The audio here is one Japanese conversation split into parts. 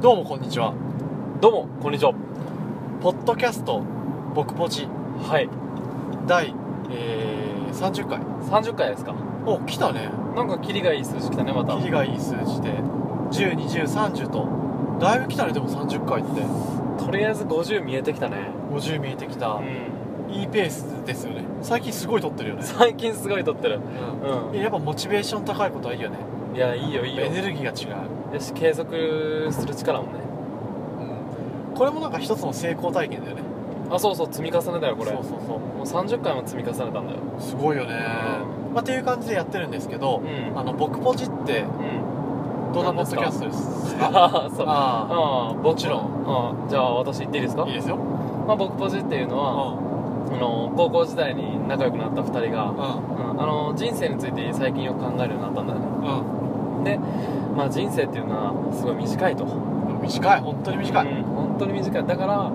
どうもこんにちはどうもこんにちはポッドキャスト「僕ポジはい」第、えー30回30回ですかお来たねなんかキリがいい数字来たねまたキリがいい数字で121030とだいぶ来たねでも30回ってとりあえず50見えてきたね50見えてきた、んいいペースですよね最近すごい撮ってるよね、最近すごい撮ってるうんいややっぱモチベーション高いことはいいよねいやいいよいいよエネルギーが違う、よし継続する力もねこれもなんか一つの成功体験だよねあそうそう積み重ねだよこれそうそうそもう30回も積み重ねたんだようすごいよね、まあ、っていう感じでやってるんですけど、うんあの僕ポジってうんどんなポッドキャストですかあ そうああもちろんじゃあ私言っていいですあかいいですよまあ僕ポジっていうのうはんあの高校時代に仲良くなった2人がううんあの人生について最近よく考えるようになったんだよねんで、まあ、人生っていうのはすごい短いとうん短い本当に短い、うん本当に短いだから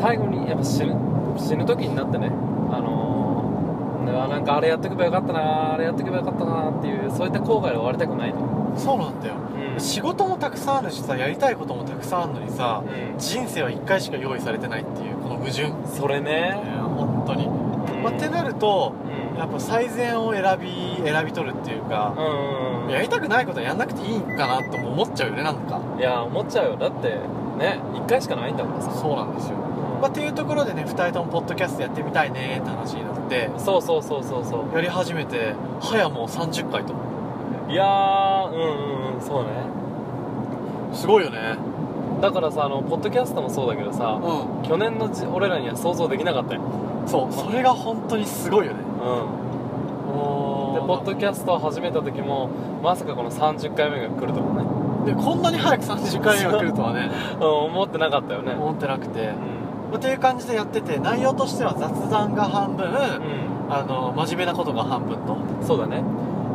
最後にやっぱ死ぬ死ぬ時になってねあのーうわなんかあれやっとけばよかったなあれやっとけばよかったなっていうそういった後悔で終わりたくないと、うんそうなんだよ仕事もたくさんあるしさやりたいこともたくさんあるのにさ人生は1回しか用意されてないっていうこの矛盾ねそれね、本当に、うんまあ、ってなるとうんやっぱ最善を選び選び取るっていうか、うんやりたくないことはやんなくていいんかなとも思っちゃうよねなんかいや思っちゃうよだってね1回しかないんだからさ、そうなんですよ、まあ、っていうところでね2人ともポッドキャストやってみたいねって話になってそうそうそうそうそやり始めて早もう30回とういやーうんうんうんそうねすごいよねだからさあのポッドキャストもそうだけどさう去年のじ俺らには想像できなかったよんそうそれが本当にすごいよねうん、おでポッドキャストを始めた時もまさかこの30回目が来るとかね、でこんなに早く30回目が来るとはねうん、思ってなかったよね思ってなくてう、んまあ、という感じでやってて内容としては雑談が半分、あの真面目なことが半分とうんそうだね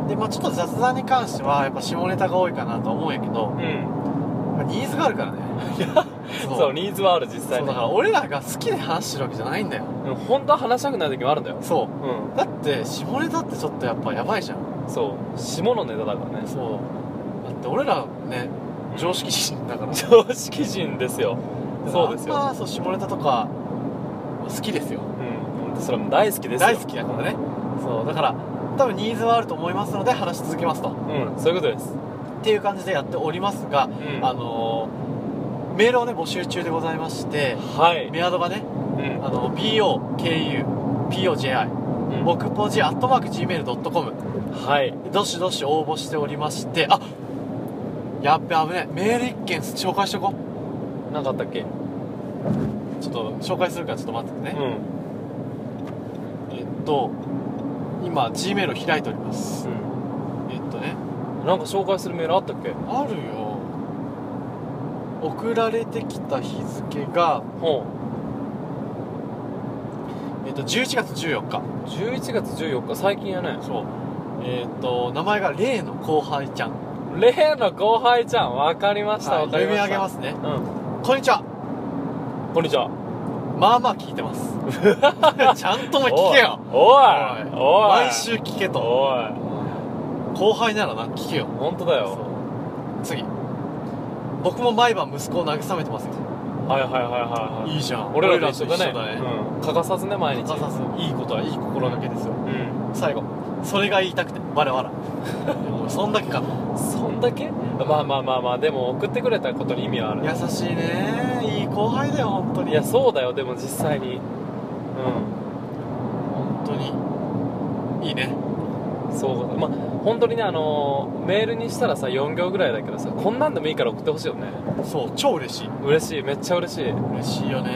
で、まあ、ちょっと雑談に関してはやっぱ下ネタが多いかなとは思うんやけどうんまあニーズがあるからねそ そううニーズはある実そ際うにだから俺らが好きで話してるわけじゃないんだようん本当は話したくない時もあるんだよそううだって下ネタってちょっとやっぱやばいじゃんんそう下のネタだからねそうだって俺らね常識人だから常識人ですよそうですあんよ、まそう下ネタとか好きですようん、それも大好きですよ大好きだからねそうだから多分ニーズはあると思いますので話し続けますとうんそういうことです、っていう感じでやっておりますが、うんあのーメールをね募集中でございましてはい、メアドがねうんあの BOKUPOJI うん僕ポジアットマーク Gmail.com はいどしどし応募しておりましてあやっべ危ねえメール一件紹介しとこなかったっけうちょっと紹介するからちょっと待っててね、ん、えっと今 Gmail を開いておりますえっとねうん、なんか紹介するメールあったっけあるよ送られてきた日付が、ほうえっと11月14日11月14日最近やねそうえっと名前が例の後輩ちゃん例の後輩ちゃん分かりました、はい分かりました読み上げますねうこんにちはんこんにちはまあまあ聞いてます ちゃんとも聞けよおいおい毎週聞けとおい後輩ならな聞けよ本当だよそう次僕も毎晩息子を慰めてますよはいはいはいはいはいいいじゃん俺らと一緒だ俺らねと一緒だねうん、欠かさずね毎日欠かさずいいことはいい心がけですようん最後それが言いたくてわらわらそんだけかそんだけまあまあまあまあでも送ってくれたことに意味はある優しいねいい後輩だよ本当にいやそうだよでも実際にう本当にいいねんそうまあ本当にねあのーメールにしたらさ4行ぐらいだけどさこんなんでもいいから送ってほしいよねそう超嬉しい嬉しいめっちゃ嬉しい嬉しいよね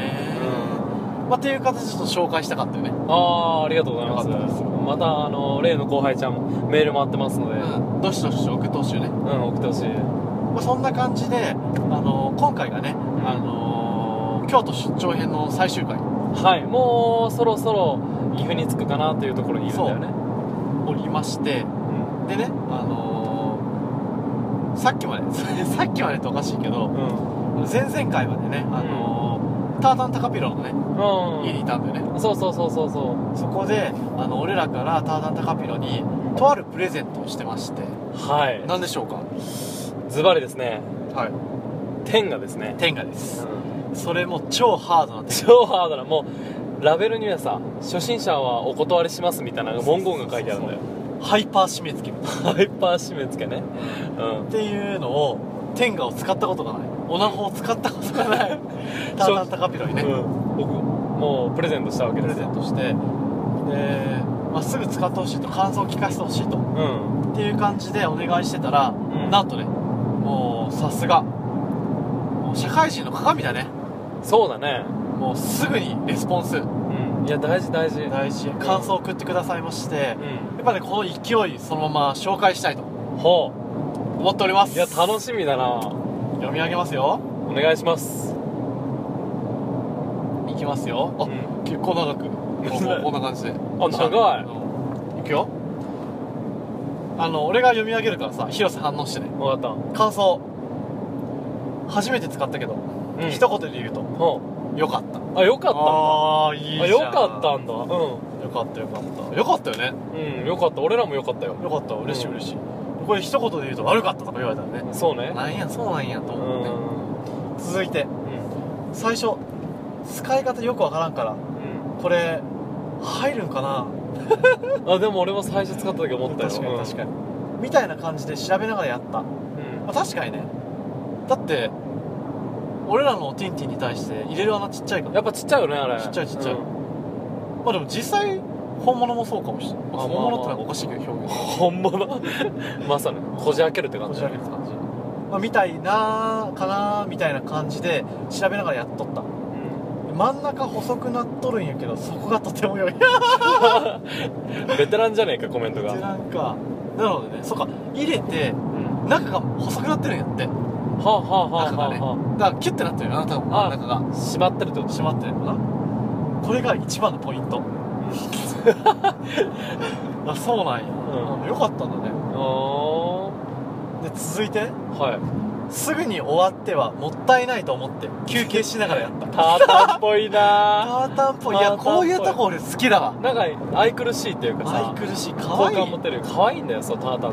まあっていう形でちょっと紹介したかったよねああありがとうございますよかったですまたあの例の後輩ちゃんもメール待ってますので、うんうんどしどし送ってほしいよね、送ってほしいまあ、そんな感じで、あのー今回がね、あのー京都出張編の最終回はいもうそろそろ岐阜に着くかなというところにいるんだよねおりましてでねあのーさっきまで さっきまでっておかしいけどうん前々回までね、あのータータンタカピロのねうん、家にいたんだよねそうそうそうそうそそこであの俺らからターダンタカピロにとあるプレゼントをしてましてうはい何でしょうかズバリですねはい天がですね、天下です、うんそれも超ハードな天下超ハードなもうラベルにはさ初心者はお断りしますみたいな文言が書いてあるんだよハイパー締め付けみたいなハイパー締め付けねうっんていうのを天下を使ったことがないオナホを使ったことがないタータンタカピロにね、うん、僕もうプレゼントしたわプけでレすゼよントしてで、まあ、すぐ使ってほしいと感想を聞かせてほしいとうんっていう感じでお願いしてたら、んなんとねもうさすがもう社会人の鏡だねそうだねもうすぐにレスポンスうんいや大事大事大事感想を送ってくださいましてうやっぱねこの勢いそのまま紹介したいとんほ思っておりまうすいや楽しみだな読み上げますよお願いしますいきますよあ、うん結構長 くこうこうこんな感じであ長いいいくよあの俺が読み上げるからさ広瀬反応してね分かっ感想初めて使ったけど、た、うん、一言で言うとほよかったうあよかったんだああいいじゃんあよかったんだうよかったよかったよかったよねんうんよかった俺らもよかったよよかった嬉しいうん嬉しい、これ一言で言うと悪かったとか言われたらねそうねなんやそうなんやとう思って、ん続いて最初使い方よくわからんからうこれ入るんかなんあでも俺も最初使った時思ったよ確かに確かにに、みたいな感じで調べながらやった、まうんあ、確かにねだって俺らのティンティンに対して入れる穴ちっちゃいからやっぱちっちゃいよねあれちっちゃいちっちゃいうんまあでも実際本物もそうかもしれない、まああ本物ってなんかおかしいけど表現本物 まさにこじ開けるって感こじじ開ける感じ、まあ、みたいなーかなーみたいな感じで調べながらやっとったう真ん中細くなっとるんやけどそこがとても良いんベテランじゃねえかコメントがなんかなのでねそっか入れては中が細くなってるんやってだかあはあはあ中がねはらキュッてなってるよな多分あ真ん中があ閉まってるってこと閉まってるのかなこれが一番のポイン トあそうなんや、んあよかったんだねあで続いてあはいすぐに終わってはもったいないと思って休憩しながらやったタータンっぽ いタなータンっぽいいやタータンっぽいこういうとこ俺好きだわなんか愛くるしいっていうか愛さくるしいか好わいい感持てる可愛いんだよそうタータンっ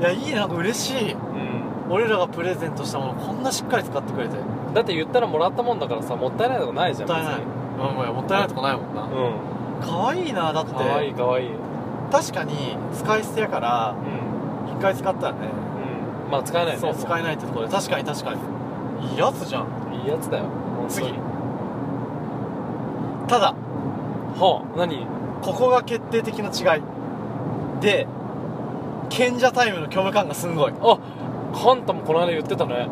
ていやいいななんか嬉しい俺らがプレゼントしたものこんなしっかり使ってくれてもっだって言ったらもらったもんだからさもったいないとこないじゃんたいない別にまあまあもったいないとこないもんなうんかわいいなだって可愛い可愛い確かに使い捨てやからうん一回使ったらねまあ使えないねそうもう使えないってところで確かに確かにいいやつじゃんいいやつだよ本当次にただはあ何ここが決定的な違いで賢者タイムの虚無感がすんごいうんあカンタもこの間言ってたねや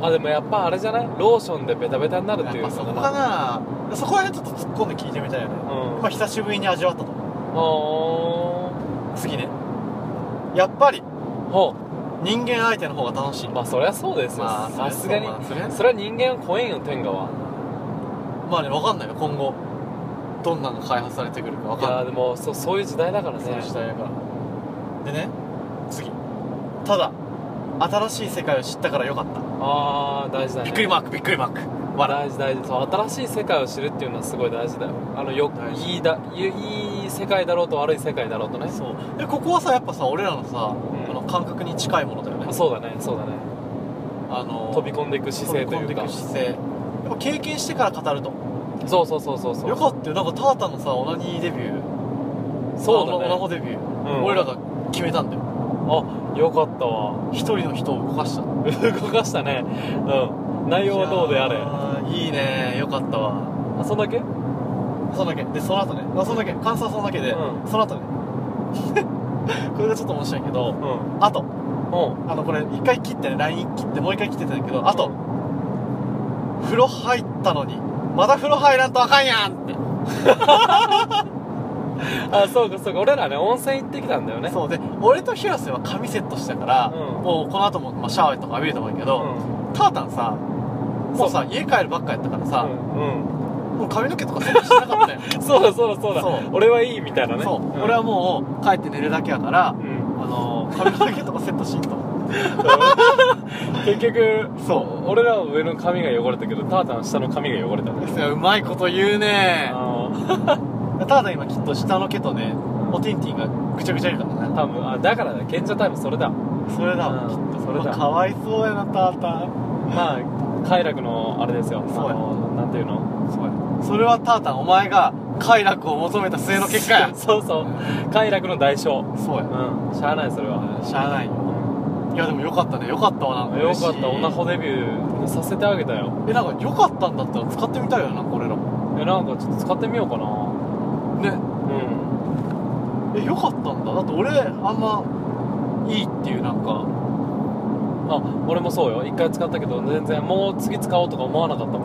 あでもやっぱあれじゃないローションでベタベタになるってっいうぱのそこかなそこら辺ちょっと突っ込んで聞いてみたいよねうんまあ久しぶりに味わったとあ次ねやっぱりあほ人間相手の方が楽しいうまあそりゃそうですよ、まあさすがにそれはそれは人間は怖えんよ天下はまあね分かんないよ今後どんなのが開発されてくるか分いかんなやいでもそうそういう時代だからねそういう時代だからでね次ただ新しい世界を知ったからよかった、ああ大事だねびっくりマークびっくりマーク笑大事大事そう新しい世界を知るっていうのはすごい大事だよあのよ大事いいだいいいい世界だろうと悪い世界だろうとねうそうでここはさやっぱさ俺らのさ、んあの感覚に近いものだよねあそうだねそうだねあの飛び込んでいく姿勢と飛いび込んでういかく姿勢やっぱ経験してから語るとそうそうそうそうそうよかったよなんかタータンのさオナニーデビューそうあのオナだホね、デビュー、うん、俺らが決めたんだよあよかったわ一人の人を動かした動かしたねうん内容はどうであれれいいねよかったわあそんだけそんだけでその後ねあそんだけ感想はそんだけで、うんその後ね これがちょっと面白いけどうんあとうんあのこれ一回切ってね LINE 切ってもう一回切ってたんだけどあと、風呂入ったのにまだ風呂入らんとあかんやんって、あそうかそうか俺らね温泉行ってきたんだよねそうで俺と広瀬は髪セットしたから、うんもうこの後も、まあ、シャワーとか浴びると思うけうど、んタータンさもうさ家帰るばっかやったからさ、うんもう髪の毛とかセットしてなかったよ、うん そうだそうだそうだそう俺はいいみたいなねそう、ん俺はもう帰って寝るだけやから、うん あのー、髪の毛とかセットしんと結局そ俺らは上の髪が汚れたけどタータンは下の髪が汚れたねううまいこと言うねあただ今きっと下の毛とねおてんてんがぐちゃぐちゃやからなー多分あだからだ賢者タイムそれだそれだ、うんきっとそれだまあかわいそうやなタータンまあ快楽のあれですよそうやあのなんていうのそうやそれはタータンお前が快楽を求めた末の結果や そうそう快楽の代償そううやんしゃあないそれはしゃあないよいやでもよかったねよかったわなんかよ嬉しいかったオナホデビューさせてあげたよえなんかよかったんだったら使ってみたいよなこれらもえなんかちょっと使ってみようかなねうえんよかったんだだって俺あんまいいっていうなんかあ俺もそうよ一回使ったけど全然もう次使おうとか思わなかったも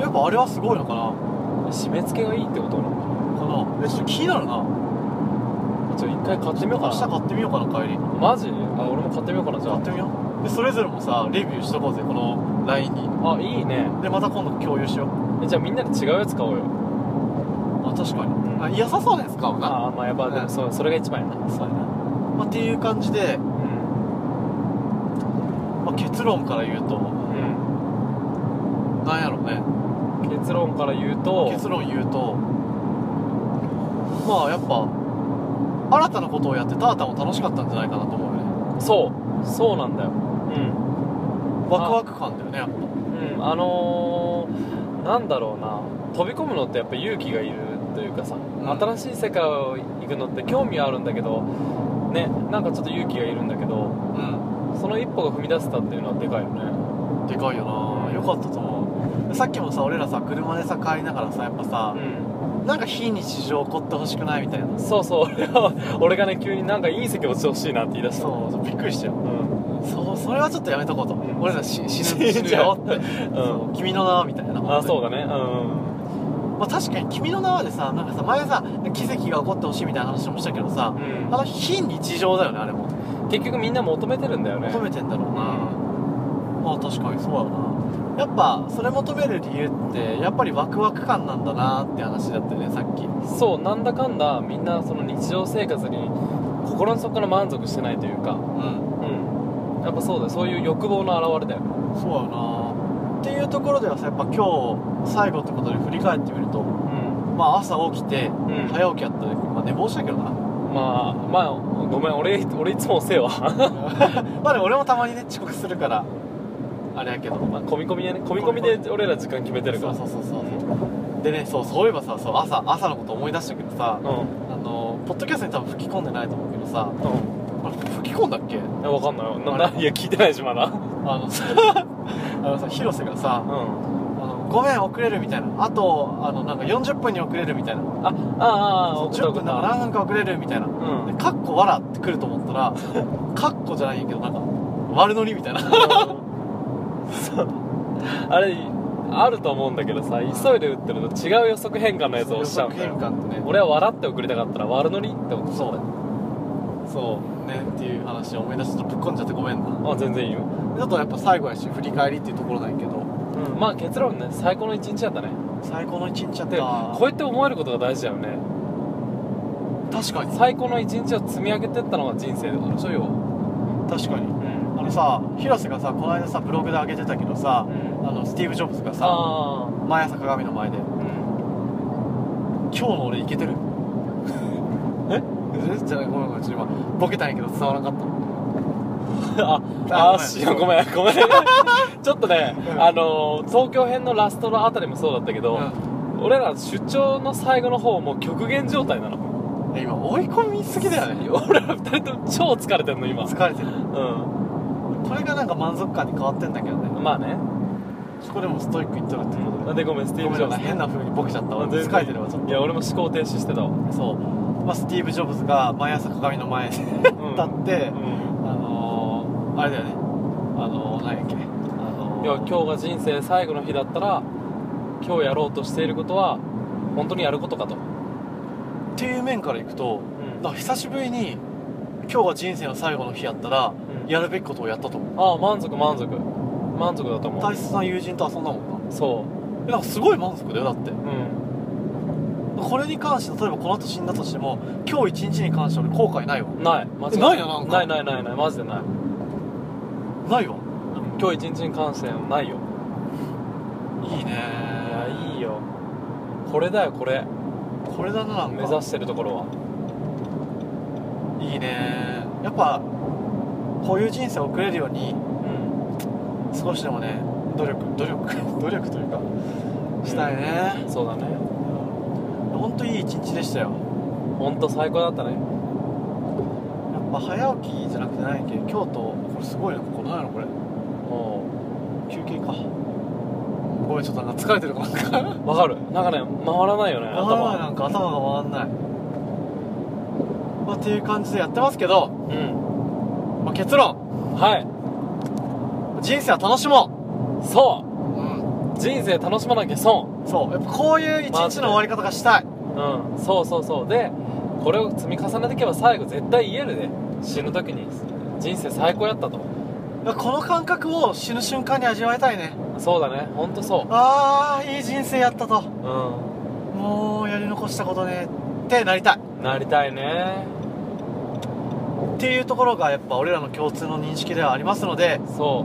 やっぱあれはすごいのかなん締め付けがいいってことなのかなえちょっと気になるなちょ一回買ってみよう明日か買ってみようかな帰りなマジあ俺も買ってみようかなじゃ買ってみようでそれぞれもさレビューしとこうぜこの LINE にああいいねでまた今度共有しようえじゃあみんなで違うやつ買おうよあ確かうんにあ良さそうですかなああまあやっぱでうもんそうそれが一番やなそうやな、まあ、っていう感じで、うんまあ、結論から言うとなんやろうねうん結論から言うと結論言うとまあやっぱ新たなことをやってタータンも楽しかったんじゃないかなと思うよねそうそうなんだようワクワク感だよねやっぱんうんあのー、なんだろうな飛び込むのってやっぱ勇気がいるというかさ、ん新しい世界を行くのって興味はあるんだけどねなんかちょっと勇気がいるんだけどうその一歩が踏み出せたっていうのはでかいよねんでかいよなよかったと思うでさっきもさ俺らさ車でさ帰りながらさやっぱさ、うなんか非日常起こってほしくないみたいなんそうそう 俺は俺がね急になんか隕石落ちてほしいなって言い出したそうびっくりしたようんそうそれはちょっとやめとこうと、ん俺らし死死ぬぬ死ぬよって、んそう君の名はみたいなあそうだ、だねうまあ、確かに君の名はでさなんかさ前さ奇跡が起こってほしいみたいな話もしたけどさん、うんあの非日常だよねあれも結局みんな求めてるんだよね求めてんだろうな、まあ確かにそうやなやっぱそれ求める理由ってやっぱりワクワク感なんだなって話だったよねさっきそうなんだかんだみんなその日常生活に心の底から満足してないというかうんうんやっぱそうだよそういう欲望の表れだよそうやなっていうところではさやっぱ今日最後ってことで振り返ってみるとうん、まあ朝起きてうん、早起きやったで、まあ、寝坊したけ どなまあまあごめん俺俺いつも遅えわ まあでも俺もたまにね遅刻するからあれやけどまあ込み込みやね込み込みで俺ら時間決めてるかそらうそうそうそうでねそうそういえばさそう朝朝のこと思い出したけどさうんあのポッドキャストに多分吹き込んでないと思うけどさうんあれ吹き込んだっけいやわかんないよなあれないや聞いてないしまだあのさ あのさ広瀬がうさんあの「ごめん遅れる」みたいなあとあのなんか40分に遅れるみたいなああああ10分だからなんか遅れるみたいなうでんカッコ笑ってくると思ったら カッコじゃないけどなんか悪ノリみたいなそうあれあると思うんだけどさ急いで打ってるのと違う予測変換のやつを押しちゃうんだよ予測変換ってね俺は笑って送りたかったら悪ノリって思ってそうだそうねっていう話を思い出してちょっとぶっ込んじゃってごめんなまあ全然いいよ、ちょっとやっぱ最後やし振り返りっていうところなんやけどまあ結論ね最高の一日だったね最高の一日やっでたこうやって思えることが大事だよね確かに最高の一日を積み上げてったのが人生だそうよ確かにうんあのさ広瀬がさこの間さブログで上げてたけどさあのスティーブ・ジョブズがさあー毎朝鏡の前でうん「今日の俺イケてる? え」えじゃないごめんごめんちょっと今ボケたんやけど伝わらなかったあああーし ごめんごめんちょっとね、うんあのー東京編のラストのあたりもそうだったけど、俺ら出張の最後の方もう極限状態なの ね今追い込みすぎだよね俺ら二人とも超疲れてんの今疲れてるうこれがなんか満足感に変わってんだけどねんまあねそこでもストイックいっとるってことででごめんスティごーブ・めんジなョブさズい変な風にボケちゃった俺全然疲れてるわちょっといや俺も思考停止して たわそう、まあ、スティーブ・ジョブズが毎朝鏡の前に立って、うんあのー、あれだよねあのー、何やっけあのー、いや今日が人生最後の日だったら今日やろうとしていることは本当にやることかと、っていう面からいくとうんなんか久しぶりに今日が人生の最後の日やったらうんやるべきことをやったと思うああ満足満足満足だと思大う切な友人と遊んだもんなそえなんかすごい満足だよだってううんこれに関して例えばこの後死んだとしても今日一日に関しては俺後悔ないわない間違ないよなんかいないないないマジでないないわ今日一日に関してはないよいいねいやいいよこれだよこれこれだななんか目指してるところはいいねやっぱこういう人生を送れるようにうん少しでもね努力努力 努力というかしたいね、そうだねうん、ほんといい一日でしたよほんと最高だったねやっぱ早起きじゃなくてないけど京都これすごいなここ何やろこれも休憩かごめんちょっとなんか疲れてるかも回らなうわかるなんかね回らないよねいな頭んか頭が回んない、まあ、っていう感じでやってますけど、うんまあ、結論はい人生は楽しも、そううう人生楽しまなきゃ損ん、そうやっぱこういう一日の終わり方がしたいうんそうそうそうでこれを積み重ねていけば最後絶対言えるで死ぬ時に人生最高やったといやこの感覚を死ぬ瞬間に味わいたいねそうだねほんとそああいい人生やったとううもうやり残したことねってなりたいんなりたいねっていうところがやっぱ俺らの共通の認識ではありますのでそ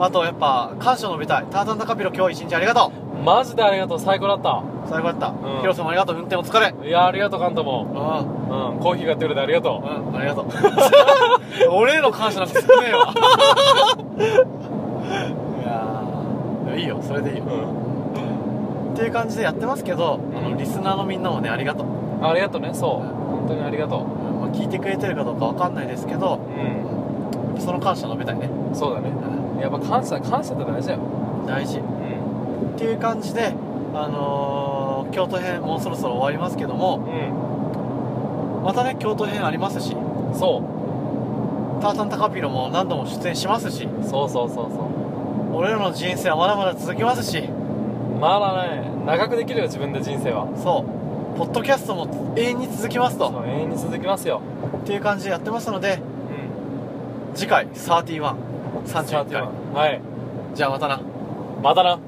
あとやっぱ感謝を述べたいタータンタカピロ今日一日ありがとうマジでありがとう最高だったう最高だった、んヒロさんもありがとう運転お疲れいやありがとうカントもうんうんうんコーヒー買ってくれてありがとありがとう 俺への感謝なんて少ねえ わいやーでもいいよそれでいいよう、うっていう感じでやってますけど、あのリスナーのみんなもねありがとう、ん、ありがとうねそう本当にありがとまあ、聞いてくれてるかどうかわかんないですけうどうその感謝を述べたいね、んそうだねやっぱ感謝感謝って大事だよ大事うんっていう感じであのー、京都編もうそろそろ終わりますけどもうまたね京都編ありますしんそうタータンタカピロも何度も出演しますしそうそうそうそ俺らの人生はまだまだ続きますしうまだね長くできるよ自分で人生はそうポッドキャストも永遠に続きますそとう永遠に続きますよっていう感じでやってますのでうん次回3131回はいじゃあまたなまたな